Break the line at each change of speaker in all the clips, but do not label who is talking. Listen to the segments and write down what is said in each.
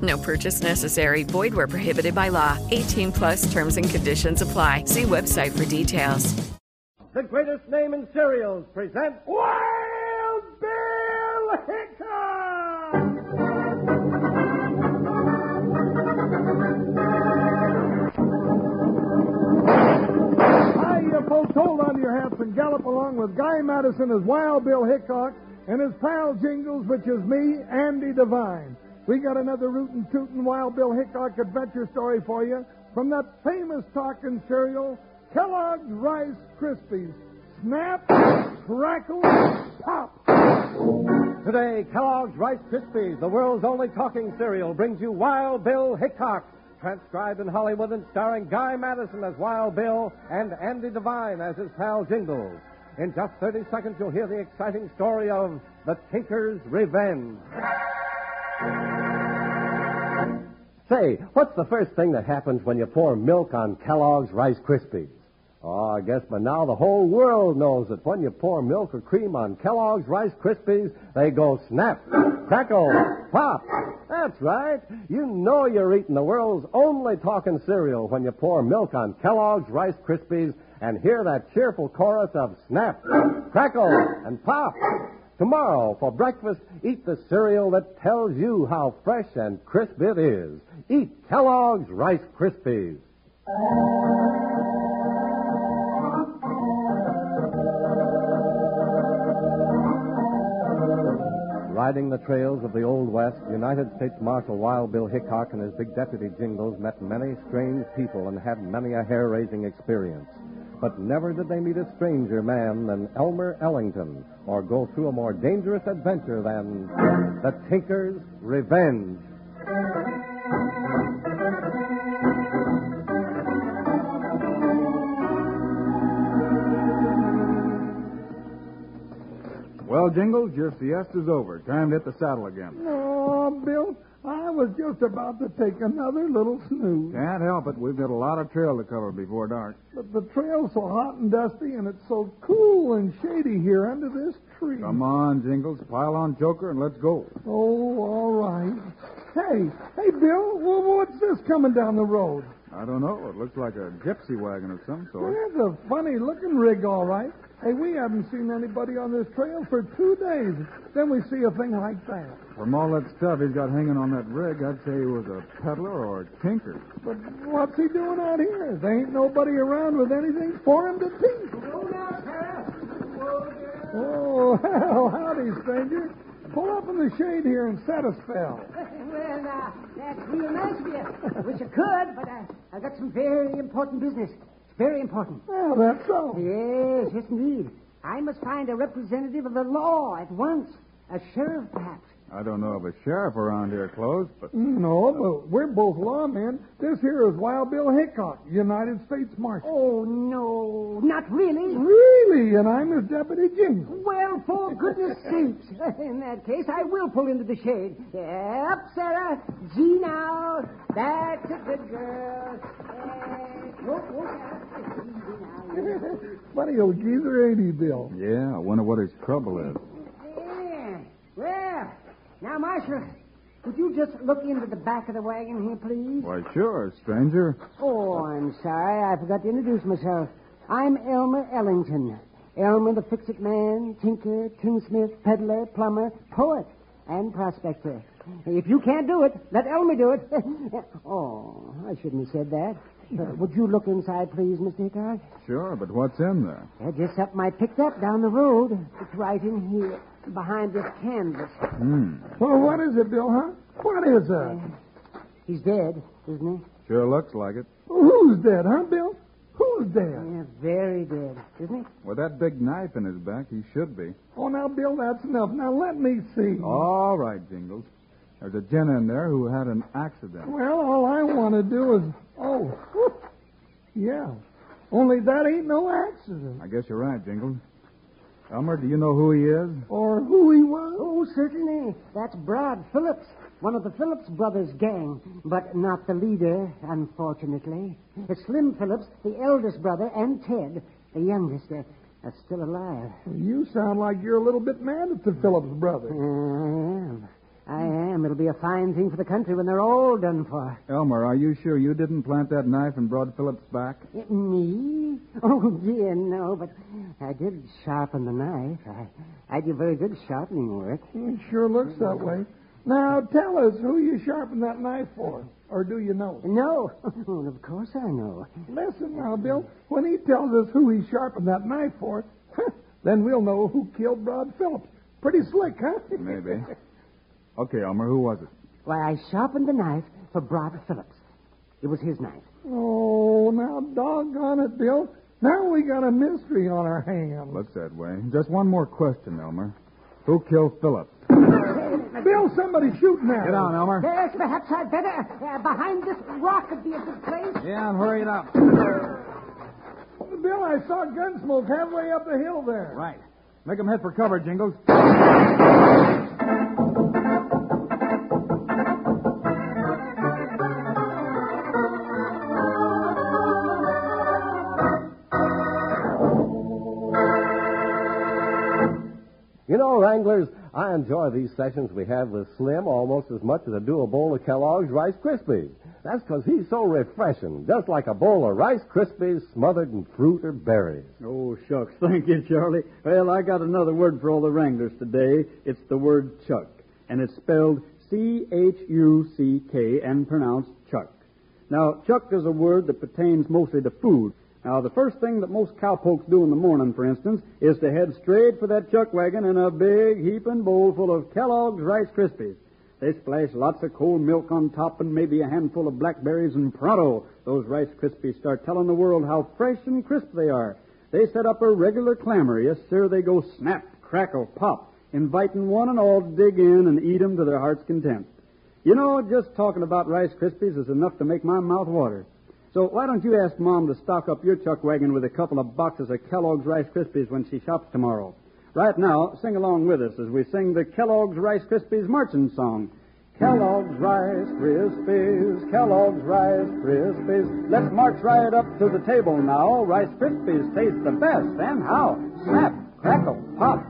No purchase necessary. Void where prohibited by law. 18 plus terms and conditions apply. See website for details.
the greatest name in cereals, presents Wild Bill Hickok! Hi, you folks, hold on to your hats and gallop along with Guy Madison as Wild Bill Hickok and his pal Jingles, which is me, Andy Devine. We got another rootin' tootin' Wild Bill Hickok adventure story for you from that famous talking cereal, Kellogg's Rice Krispies. Snap, crackle, pop! Today, Kellogg's Rice Krispies, the world's only talking cereal, brings you Wild Bill Hickok, transcribed in Hollywood and starring Guy Madison as Wild Bill and Andy Devine as his pal Jingles. In just 30 seconds, you'll hear the exciting story of The Tinker's Revenge. Say, what's the first thing that happens when you pour milk on Kellogg's Rice Krispies? Oh, I guess by now the whole world knows that when you pour milk or cream on Kellogg's Rice Krispies, they go snap, crackle, pop. That's right. You know you're eating the world's only talking cereal when you pour milk on Kellogg's Rice Krispies and hear that cheerful chorus of snap, crackle, and pop. Tomorrow, for breakfast, eat the cereal that tells you how fresh and crisp it is. Eat Kellogg's Rice Krispies. Riding the trails of the Old West, United States Marshal Wild Bill Hickok and his big deputy Jingles met many strange people and had many a hair raising experience. But never did they meet a stranger man than Elmer Ellington or go through a more dangerous adventure than the Tinker's Revenge.
Well, Jingles, your siesta's over. Time to hit the saddle again.
Oh, Bill, I was just about to take another little snooze.
Can't help it. We've got a lot of trail to cover before dark.
But the trail's so hot and dusty, and it's so cool and shady here under this tree.
Come on, Jingles. Pile on Joker and let's go.
Oh, all right. Hey, hey, Bill, wh- what's this coming down the road?
I don't know. It looks like a gypsy wagon of some sort.
That's a funny looking rig, all right. Hey, we haven't seen anybody on this trail for two days. Then we see a thing like that.
From all that stuff he's got hanging on that rig, I'd say he was a peddler or a tinker.
But what's he doing out here? There ain't nobody around with anything for him to teach. Oh, hell, howdy, stranger. Pull up in the shade here and set a spell.
Well, uh, that's real nice of you. Wish I could, but I, I got some very important business. It's very important.
Well, that's so.
Yes, yes, indeed. I must find a representative of the law at once. A sheriff, perhaps.
I don't know of a sheriff around here close, but
No, but we're both lawmen. This here is Wild Bill Hickok, United States Marshal.
Oh, no, not
Oh,
really.
Really? And I'm his deputy jingle.
Well, for goodness sakes. In that case, I will pull into the shade. Yep, Sarah. Gee now. That's a good girl. Yes. Whoa, whoa, Sarah. Gee now.
Buddy old geezer, ain't he, Bill?
yeah, I wonder what his trouble is.
Yeah. Well, now, Marshal, would you just look into the back of the wagon here, please?
Why, sure, stranger.
Oh, I'm sorry. I forgot to introduce myself. I'm Elmer Ellington. Elmer the Fix-It Man, tinker, tinsmith, peddler, plumber, poet, and prospector. If you can't do it, let Elmer do it. oh, I shouldn't have said that. Uh, would you look inside, please, Mr. Hickok?
Sure, but what's in there?
Uh, just something I picked up down the road. It's right in here, behind this canvas.
Well, what is it, Bill, huh? What is it?
He's dead, isn't he?
Sure looks like it.
Who's dead, huh, Bill? Who's dead?
Yeah, very dead, isn't
With that big knife in his back, he should be.
Oh, now, Bill, that's enough. Now, let me see.
All right, Jingles. There's a gent in there who had an accident.
Well, all I want to do is. Oh, whew. yeah. Only that ain't no accident.
I guess you're right, Jingles. Elmer, do you know who he is?
Or who he
he?
was.
Oh, certainly. That's Brad Phillips, one of the Phillips brothers' gang, but not the leader, unfortunately. Uh, Slim Phillips, the eldest brother, and Ted, the youngest, uh, are still alive.
You sound like you're a little bit mad at the Phillips
Uh, I
brothers.
am. I am. It'll be a fine thing for the country when they're all done for.
Elmer, are you sure you didn't plant that knife in Broad Phillips' back?
Uh, Me? Oh, dear, no, but I did sharpen the knife. I, I do very good sharpening work.
It sure looks that way. Now, tell us who you sharpened that knife for. Or do you know?
No. Well, of course I know.
Listen now, Bill. When he tells us who he sharpened that knife for, then we'll know who killed Brad Phillips. Pretty slick, huh?
Maybe. Okay, Elmer, who was it?
Why, I sharpened the knife for Brad Phillips. It was his knife.
oh, now, doggone it, Bill. Now we got a mystery on our hands.
Looks that way. Just one more question, Elmer. Who killed Phillips?
Bill, somebody shooting at
Get
us.
on, Elmer.
Yes, perhaps I'd better. Uh, behind this rock would be a good place.
Yeah, and hurry it up.
Bill, I saw gun smoke halfway up the hill there.
Right. Make them head for cover, Jingles.
You know, Wranglers, I enjoy these sessions we have with Slim almost as much as I do a bowl of Kellogg's Rice Krispies. That's because he's so refreshing, just like a bowl of Rice Krispies smothered in fruit or berries.
Oh, shucks. Thank you, Charlie. Well, I got another word for all the Wranglers today. It's the word chuck, and it's spelled C H U C K and pronounced chuck. Now, chuck is a word that pertains mostly to food. Now, the first thing that most cowpokes do in the morning, for instance, is to head straight for that chuck wagon in a big heaping bowl full of Kellogg's Rice Krispies. They splash lots of cold milk on top and maybe a handful of blackberries, and pronto, those Rice Krispies start telling the world how fresh and crisp they are. They set up a regular clamor. Yes, sir, they go snap, crackle, pop, inviting one and all to dig in and eat 'em to their heart's content. You know, just talking about Rice Krispies is enough to make my mouth water. So why don't you ask Mom to stock up your chuck wagon with a couple of boxes of Kellogg's Rice Krispies when she shops tomorrow? Right now, sing along with us as we sing the Kellogg's Rice Krispies marching song. Kellogg's Rice Krispies, Kellogg's Rice Krispies. Let's march right up to the table now. Rice Krispies taste the best, and how? Snap, crackle, pop.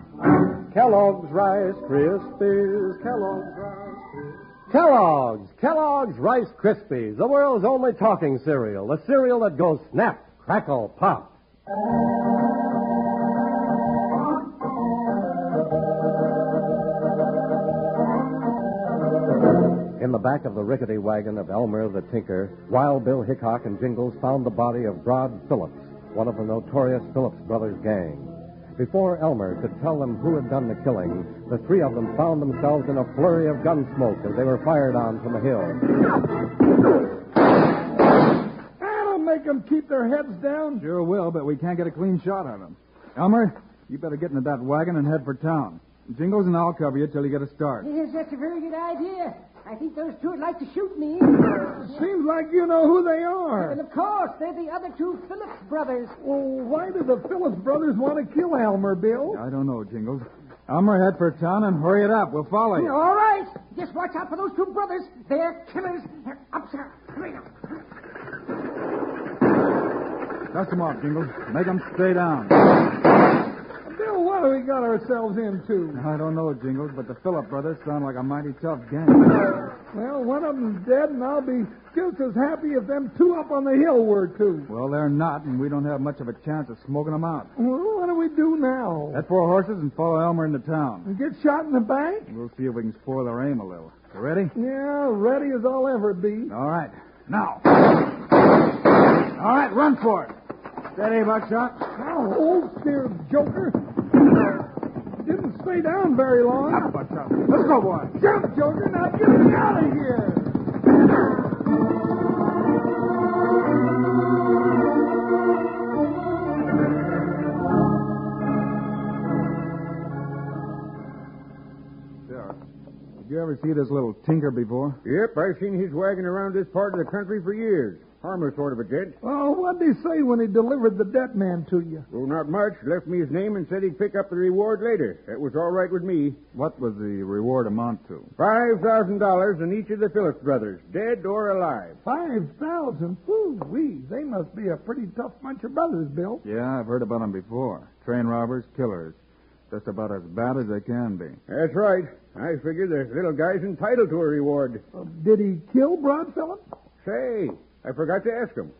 Kellogg's Rice Krispies, Kellogg's Rice Krispies.
Kellogg's, Kellogg's Rice Krispies, the world's only talking cereal, the cereal that goes snap, crackle, pop. In the back of the rickety wagon of Elmer the Tinker, Wild Bill Hickok and Jingles found the body of Broad Phillips, one of the notorious Phillips brothers gang. Before Elmer could tell them who had done the killing, the three of them found themselves in a flurry of gun smoke as they were fired on from the hill.
That'll make them keep their heads down.
Sure will, but we can't get a clean shot at him. Elmer, you better get into that wagon and head for town. Jingles and I'll cover you till you get a start.
Yes, that's a very good idea. I think those two would like to shoot me.
Seems like you know who they
and
are.
of course, they're the other two Phillips brothers.
Well, why do the Phillips brothers want to kill Elmer, Bill?
I don't know, Jingles. Elmer, head for town and hurry it up. We'll follow you.
All right. Just watch out for those two brothers. They're killers. They're upset. Hurry up.
Dust them off, Jingles. Make them stay down.
Bill, what have we got ourselves into?
I don't know, Jingles, but the Phillip brothers sound like a mighty tough gang.
Well, one of them's dead, and I'll be just as happy if them two up on the hill were too.
Well, they're not, and we don't have much of a chance of smoking them out.
Well, what do we do now?
Head four horses and follow Elmer into town.
Get shot in the back?
We'll see if we can spoil their aim a little. You ready?
Mm-hmm. Yeah, ready as I'll ever be.
All right. Now.
All right, run for it. Steady, Buckshot.
Now, hold dear Joker. Didn't stay down very long.
Up, Ah, Buckshot. Let's go, boy.
Jump, Joker. Now get me out of here.
Sure. Did you ever see this little tinker before?
Yep, I've seen his wagon around this part of the country for years. Harmless sort of a gent.
Oh, what'd he say when he delivered the dead man to you?
Well, not much. Left me his name and said he'd pick up the reward later. That was all right with me.
What was the reward amount to?
Five thousand dollars in each of the Phillips brothers, dead or alive.
Five thousand. Woo wee. They must be a pretty tough bunch of brothers, Bill.
Yeah, I've heard about them before. Train robbers, killers. Just about as bad as they can be.
That's right. I figure the little guy's entitled to a reward.
Uh, did he kill Broad Phillips?
Say, I forgot to ask him.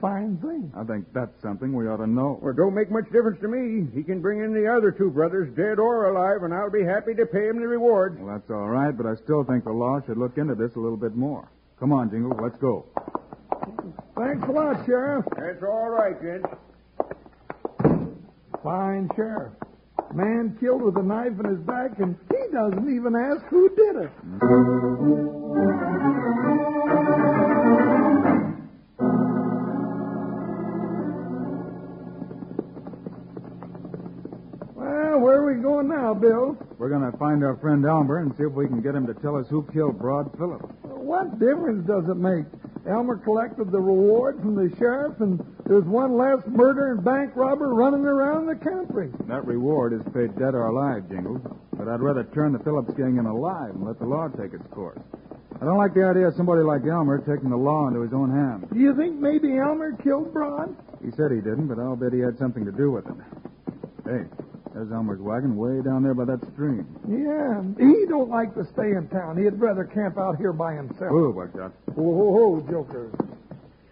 Fine thing.
I think that's something we ought to know.
Well, don't make much difference to me. He can bring in the other two brothers, dead or alive, and I'll be happy to pay him the reward.
Well, that's all right, but I still think the law should look into this a little bit more. Come on, Jingle, let's go.
Thanks a lot, Sheriff.
That's all right, gents.
Fine sheriff. Man killed with a knife in his back, and he doesn't even ask who did it. Well, where are we going now, Bill?
We're going to find our friend Elmer and see if we can get him to tell us who killed Broad Phillips.
What difference does it make? Elmer collected the reward from the sheriff, and there's one less murder and bank robber running around the country.
That reward is paid dead or alive, Jingles. But I'd rather turn the Phillips gang in alive and let the law take its course. I don't like the idea of somebody like Elmer taking the law into his own hands.
Do you think maybe Elmer killed Broad?
He said he didn't, but I'll bet he had something to do with it. Hey, there's Elmer's wagon way down there by that stream.
Yeah, he don't like to stay in town. He'd rather camp out here by himself.
Ooh, Buckshot.
Ho, ho, ho, Joker.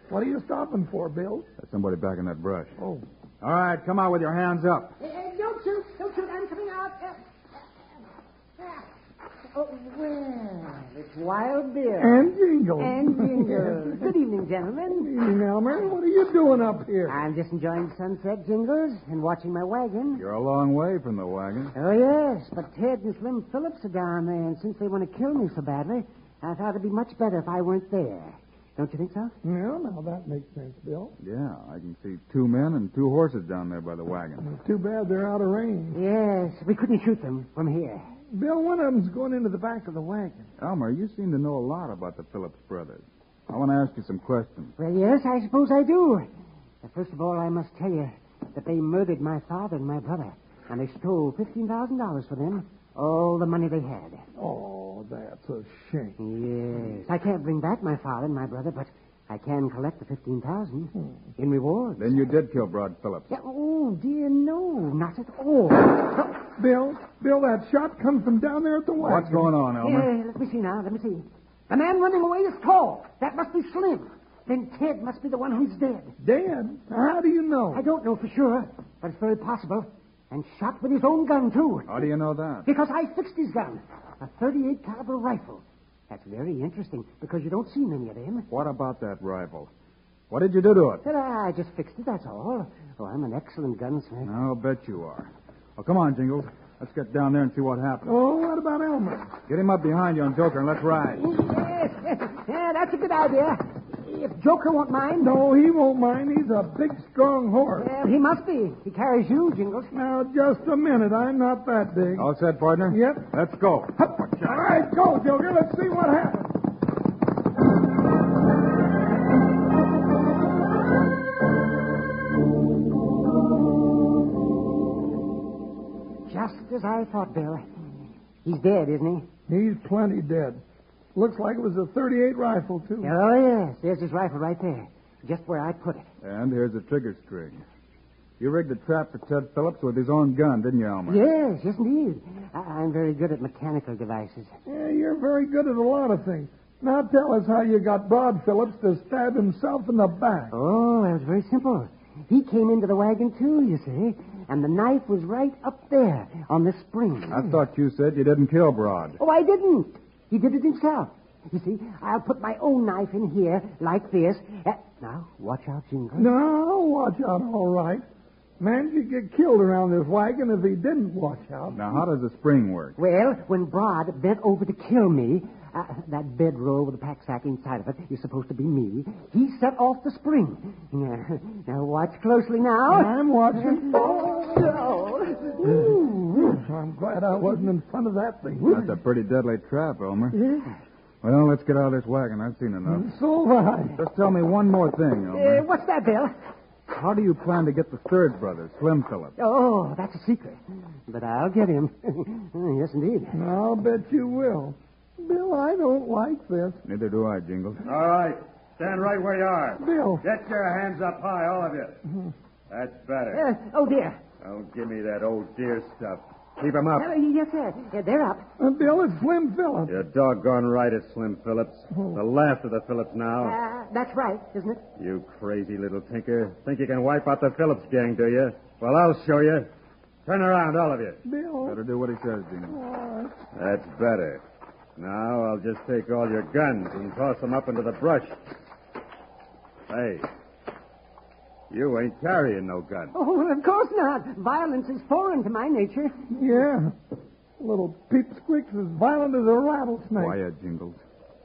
What are you stopping for, Bill?
There's somebody back in that brush.
Oh,
All right, come out with your hands up.
Eh, eh, don't shoot. Don't shoot. I'm coming out. Eh, eh, eh. Oh, well, it's Wild Bill.
and Jingle.
And Jingles. Um. Good evening, gentlemen.
Evening, Elmer. What are you doing up here?
I'm just enjoying the sunset, Jingles, and watching my wagon.
You're a long way from the wagon.
Oh, yes, but Ted and Slim Phillips are down there, and since they want to kill me so badly, I thought it'd be much better if I weren't there. Don't you think so?
Well, now that makes sense, Bill.
Yeah, I can see two men and two horses down there by the wagon.
Too bad they're out of range.
Yes, we couldn't shoot them from here.
Bill, one of them's going into the back of the wagon.
Elmer, you seem to know a lot about the Phillips brothers. I want to ask you some questions.
Well, yes, I suppose I do. Now, First of all, I must tell you that they murdered my father and my brother, and they stole $15,000 from them, all the money they had.
Oh, that's a shame.
Yes, I can't bring back my father and my brother, but I can collect the 15000 in rewards.
Then you did kill Broad Phillips.
Yeah, oh, dear, no, not at all.
Bill, Bill, that shot comes from down there at the wagon.
What's going on, Elmer?
Yeah, let me see now. Let me see. The man running away is tall. That must be Slim. Then Ted must be the one who's dead.
Dead? How do you know?
I don't know for sure, but it's very possible. And shot with his own gun, too.
How do you know that?
Because I fixed his gun. A 38 caliber rifle. That's very interesting, because you don't see many of them.
What about that rifle? What did you do to it?
But I just fixed it, that's all. Oh, I'm an excellent gunsmith.
I'll bet you are. Well, come on, Jingles. Let's get down there and see what happens.
Oh, what about Elmer?
Get him up behind you on Joker and let's ride.
Yes, yeah, that's a good idea. If Joker won't mind.
No, he won't mind. He's a big, strong horse.
Well, he must be. He carries you, Jingles.
Now, just a minute. I'm not that big.
All set, partner?
Yep.
Let's go.
All right, go, Joker. Let's see what happens.
Just as I thought, Bill. He's dead, isn't he?
He's plenty dead. Looks like it was a 38 rifle, too.
Oh, yes. There's his rifle right there, just where I put it.
And here's the trigger string. You rigged a trap for Ted Phillips with his own gun, didn't you, Elmer?
Yes, yes, indeed. I- I'm very good at mechanical devices.
Yeah, you're very good at a lot of things. Now tell us how you got Broad Phillips to stab himself in the back.
Oh, that was very simple. He came into the wagon, too, you see, and the knife was right up there on the spring.
I thought you said you didn't kill Broad.
Oh, I didn't. He did it himself. You see, I'll put my own knife in here, like this. Uh, now, watch out, Jingle.
No, watch out, all right. Man'd get killed around this wagon if he didn't watch out.
Now, how does the spring work?
Well, when Brod bent over to kill me, uh, that bedroll with the pack sack inside of it is supposed to be me. He set off the spring. Now, now watch closely now.
I'm watching.
Oh, no.
Ooh, I'm glad I wasn't in front of that thing.
That's a pretty deadly trap, Elmer. Well, let's get out of this wagon. I've seen enough.
So right.
Just tell me one more thing,
Uh,
Elmer.
what's that, Bill?
How do you plan to get the third brother, Slim Phillips?
Oh, that's a secret. But I'll get him. yes, indeed.
I'll bet you will. Bill, I don't like this.
Neither do I, Jingles.
All right. Stand right where you are.
Bill.
Get your hands up high, all of you. That's better.
Uh, oh, dear.
Don't give me that old deer stuff. Keep 'em up.
Uh, yes, sir. Uh, they're up.
Uh, Bill, it's Slim Phillips.
You're doggone right it's Slim Phillips. The last of the Phillips
Oh.
now.
Uh, that's right, isn't it?
You crazy little tinker. Think you can wipe out the Phillips gang, do you? Well, I'll show you. Turn around, all of you.
Bill.
Better do what he says, Jingles.
That's better. Now I'll just take all your guns and toss them up into the brush. Hey, you ain't carrying no gun.
Oh, well, of course not. Violence is foreign to my nature.
Yeah. Little peepsqueak's as violent as a rattlesnake.
Quiet, Jingles.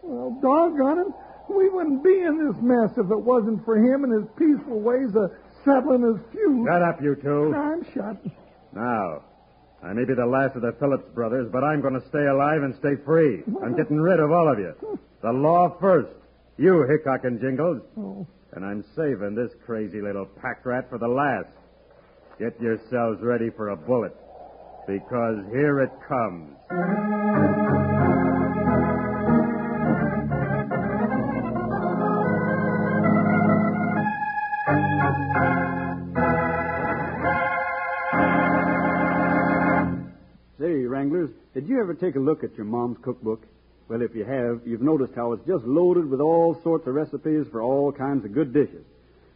Well, doggone him. We wouldn't be in this mess if it wasn't for him and his peaceful ways of settling his feud.
Shut up, you two.
I'm shut.
Now, I may be the last of the Phillips brothers, but I'm going to stay alive and stay free. I'm getting rid of all of you. The law first. You, Hickok and Jingles. And I'm saving this crazy little pack rat for the last. Get yourselves ready for a bullet, because here it comes.
Say, Wranglers, did you ever take a look at your mom's cookbook? Well, if you have, you've noticed how it's just loaded with all sorts of recipes for all kinds of good dishes.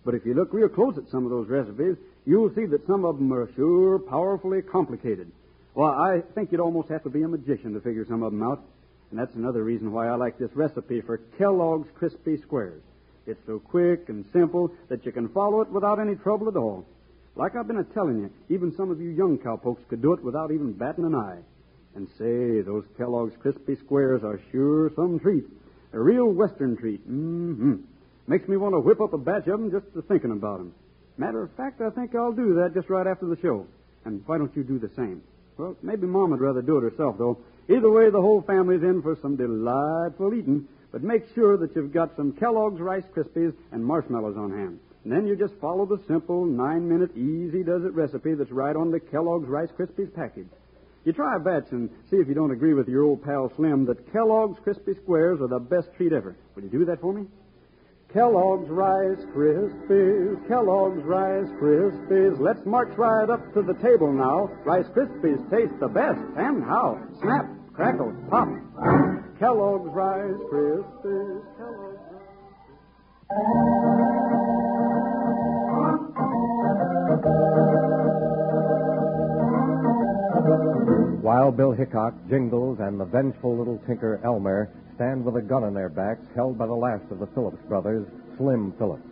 But if you look real close at some of those recipes, you'll see that some of them are sure powerfully complicated. Well, I think you'd almost have to be a magician to figure some of them out. And that's another reason why I like this recipe for Kellogg's Crispy Squares. It's so quick and simple that you can follow it without any trouble at all. Like I've been a telling you, even some of you young cowpokes could do it without even batting an eye. And say, those Kellogg's crispy squares are sure some treat. A real Western treat. Mm-hmm. Makes me want to whip up a batch of 'em just to thinking about 'em. Matter of fact, I think I'll do that just right after the show. And why don't you do the same? Well, maybe Mom would rather do it herself, though. Either way, the whole family's in for some delightful eating. But make sure that you've got some Kellogg's Rice Krispies and marshmallows on hand. And then you just follow the simple nine-minute easy-does-it recipe that's right on the Kellogg's Rice Krispies package. You try a batch and see if you don't agree with your old pal Slim that Kellogg's Crispy Squares are the best treat ever. Will you do that for me? Kellogg's Rice Krispies, Kellogg's Rice Krispies. Let's march right up to the table now. Rice Krispies taste the best, and how? Snap, crackle, pop. Kellogg's Rice Krispies, Kellogg's Rice.
While Bill Hickok, Jingles, and the vengeful little tinker Elmer stand with a gun on their backs, held by the last of the Phillips brothers, Slim Phillips.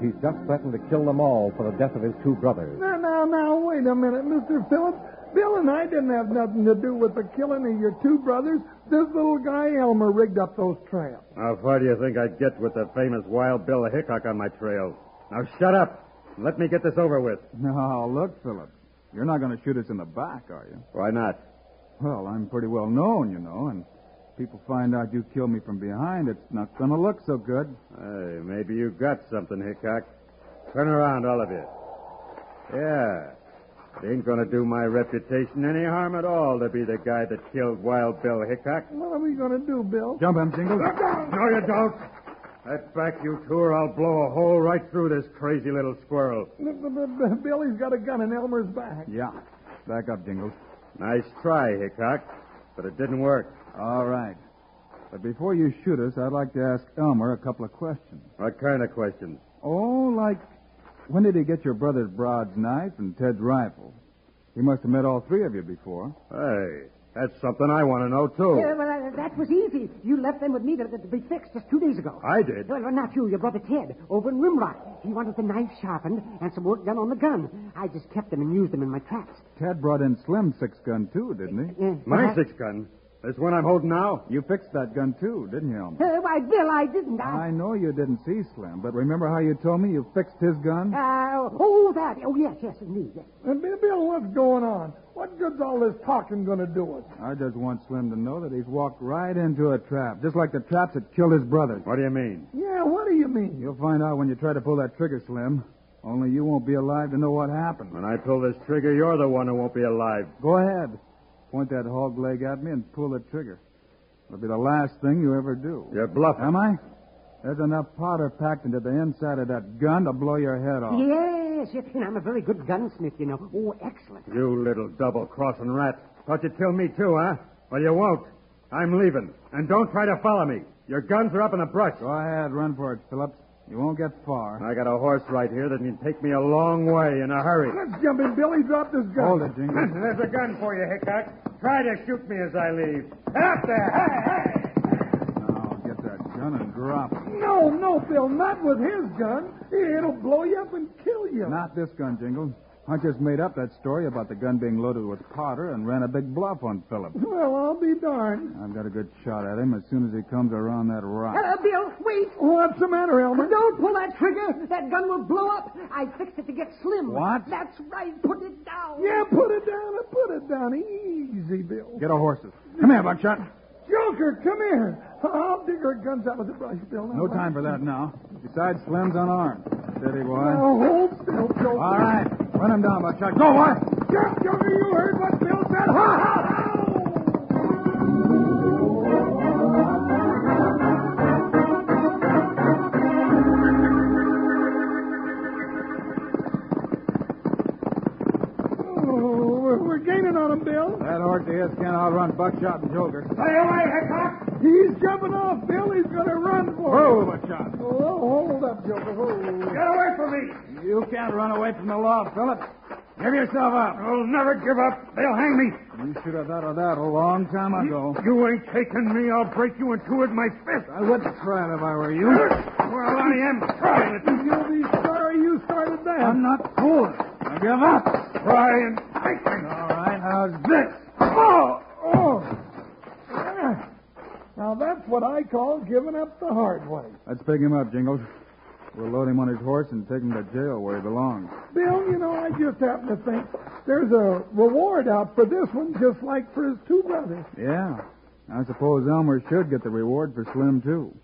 He's just threatened to kill them all for the death of his two brothers.
Now, now, now, wait a minute, Mr. Phillips. Bill and I didn't have nothing to do with the killing of your two brothers. This little guy Elmer rigged up those traps.
How far do you think I'd get with the famous Wild Bill Hickok on my trail? Now shut up and let me get this over with.
Now, look, Phillips. You're not going to shoot us in the back, are you?
Why not?
Well, I'm pretty well known, you know, and if people find out you killed me from behind, it's not going to look so good.
Hey, maybe you got something, Hickok. Turn around, all of you. Yeah. It ain't gonna do my reputation any harm at all to be the guy that killed Wild Bill Hickok.
What are we going to do, Bill?
Jump him, Jingles.
No, you don't. That back, you two, or I'll blow a hole right through this crazy little squirrel.
Billy's got a gun in Elmer's back.
Yeah. Back up, Jingles.
Nice try, Hickok, but it didn't work.
All right. But before you shoot us, I'd like to ask Elmer a couple of questions.
What kind of questions?
Oh, like when did he get your brother's Broad's knife and Ted's rifle? He must have met all three of you before.
Hey, That's something I want to know, too.
Yeah, well, uh, that was easy. You left them with me to, to be fixed just two days ago.
I did.
Well, well, not you, your brother Ted, over in Rimrock. He wanted the knife sharpened and some work done on the gun. I just kept them and used them in my traps.
Ted brought in Slim's six gun, too, didn't he?
Yeah,
My
uh,
six gun. This one I'm holding now.
You fixed that gun, too, didn't you, Elmer?
uh, why, Bill, I didn't. I,
I know you didn't see Slim, but remember how you told me you fixed his gun?
Uh, oh, that. Oh, yes, yes, indeed. Yes.
And Bill, Bill, what's going on? What good's all this talking going to do us?
I just want Slim to know that he's walked right into a trap, just like the traps that killed his brothers.
What do you mean?
Yeah, what do you mean?
You'll find out when you try to pull that trigger, Slim. Only you won't be alive to know what happened.
When I pull this trigger, you're the one who won't be alive.
Go ahead. Point that hog leg at me and pull the trigger. It'll be the last thing you ever do.
You're bluffing.
Am I? There's enough powder packed into the inside of that gun to blow your head
Oh.
off.
Yes, yes, and I'm a very good gunsmith, you know. Oh, excellent.
You little double-crossing rat. Thought you'd kill me, too, huh? Well, you won't. I'm leaving. And don't try to follow me. Your guns are up in the brush.
Go ahead, run for it, Phillips. You won't get far.
I got a horse right here that can take me a long way in a hurry.
Let's jump in, Bill. He dropped his gun.
Hold it, Jingles.
There's a gun for you, Hickok. Try to shoot me as I leave. Up there! Hey, hey!
Now get that gun and drop it.
No, no, Bill, not with his gun. It'll blow you up and kill you.
Not this gun, Jingles. I just made up that story about the gun being loaded with powder and ran a big bluff on Phillips.
Well, I'll be darned.
I've got a good shot at him as soon as he comes around that rock.
Uh, Bill, wait.
What's the matter, Elmer?
Don't pull that trigger. That gun will blow up. I fixed it to get slim.
What?
That's right. Put it down.
Yeah, put it down. Put it down. Easy, Bill.
Get a horses. Come here, Buckshot.
Joker, come here. I'll dig her guns out of the brush, Bill.
No time for that now. Besides, Slim's unarmed. Steady, boy.
Now, hold still, Joker.
All right. Run him down, Buckshot. Go, boy.
Yeah, Joker, you heard what Bill said. Ha, ha, ha! Oh, we're, we're gaining on him, Bill.
That horse of his can't outrun Buckshot and Joker.
Stay away, Hickok. He's jumping off, Bill. He's going to run for it.
Whoa, Buckshot.
Oh, hold up, Joker. Hold.
Get away from me!
You can't run away from the law, Phillips. Give yourself up.
I'll never give up. They'll hang me.
You should have thought of that a long time
Oh.
ago.
You ain't taking me. I'll break you in two with my fist.
I wouldn't try it if I were you.
Well, I am trying it.
You'll be sorry you started that.
I'm not fooling. I give up.
Try and take
Uh,
me.
All right, how's this?
Oh, oh. Yeah. Now that's what I call giving up the hard way.
Let's pick him up, Jingles. We'll load him on his horse and take him to jail where he belongs.
Bill, you know, I just happen to think there's a reward out for this one, just like for his two brothers.
Yeah. I suppose Elmer should get the reward for Slim, too.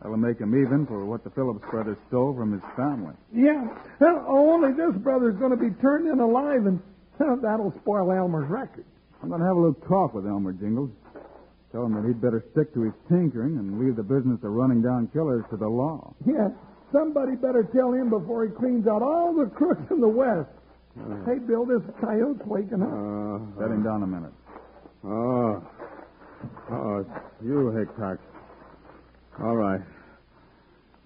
That'll make him even for what the Phillips brothers stole from his family.
Yeah. Well, only this brother's going to be turned in alive, and huh, that'll spoil Elmer's record.
I'm going to have a little talk with Elmer Jingles. Tell him that he'd better stick to his tinkering and leave the business of running down killers to the law.
Yeah. Somebody better tell him before he cleans out all the crooks in the West. Hey, Bill, this coyote's waking up.
Uh,
Set him down a minute.
Oh. Oh, it's you, Hickok. All right.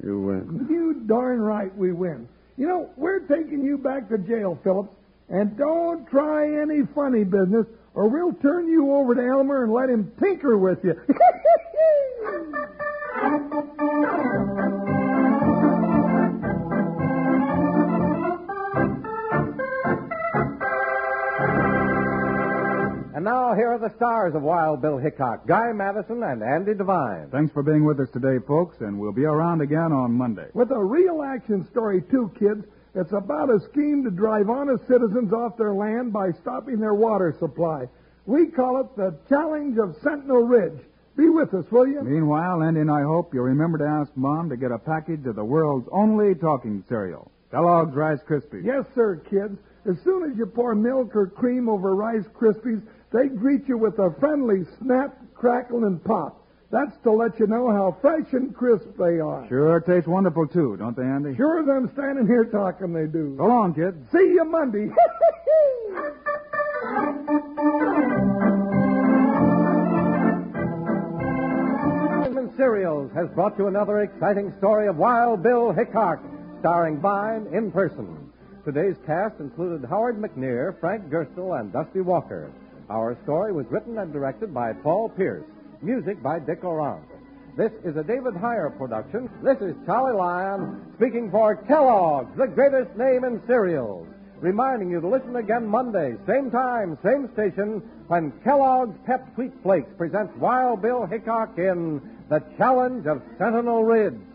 You win.
You darn right we win. You know, we're taking you back to jail, Phillips. And don't try any funny business, or we'll turn you over to Elmer and let him tinker with you.
And now here are the stars of Wild Bill Hickok, Guy Madison and Andy Devine.
Thanks for being with us today, folks, and we'll be around again on Monday.
with a real action story, too, kids. It's about a scheme to drive honest citizens off their land by stopping their water supply. We call it the Challenge of Sentinel Ridge. Be with us, will you?
Meanwhile, Andy and I hope you remember to ask Mom to get a package of the world's only talking cereal, Kellogg's Rice Krispies.
Yes, sir, kids. As soon as you pour milk or cream over Rice Krispies, they greet you with a friendly snap, crackle, and pop. That's to let you know how fresh and crisp they are.
Sure tastes wonderful, too, don't they, Andy?
Sure as I'm standing here talking, they do.
So long, kids.
See you Monday.
Diamond Cereals has brought you another exciting story of Wild Bill Hickok, starring Vine in person. Today's cast included Howard McNear, Frank Gerstle, and Dusty Walker.
Our story was written and directed by Paul Pierce. Music by Dick Oran. This is a David Heyer production. This is Charlie Lyon speaking for Kellogg's, the greatest name in cereals. Reminding you to listen again Monday, same time, same station, when Kellogg's Pep Sweet Flakes presents Wild Bill Hickok in The Challenge of Sentinel Ridge.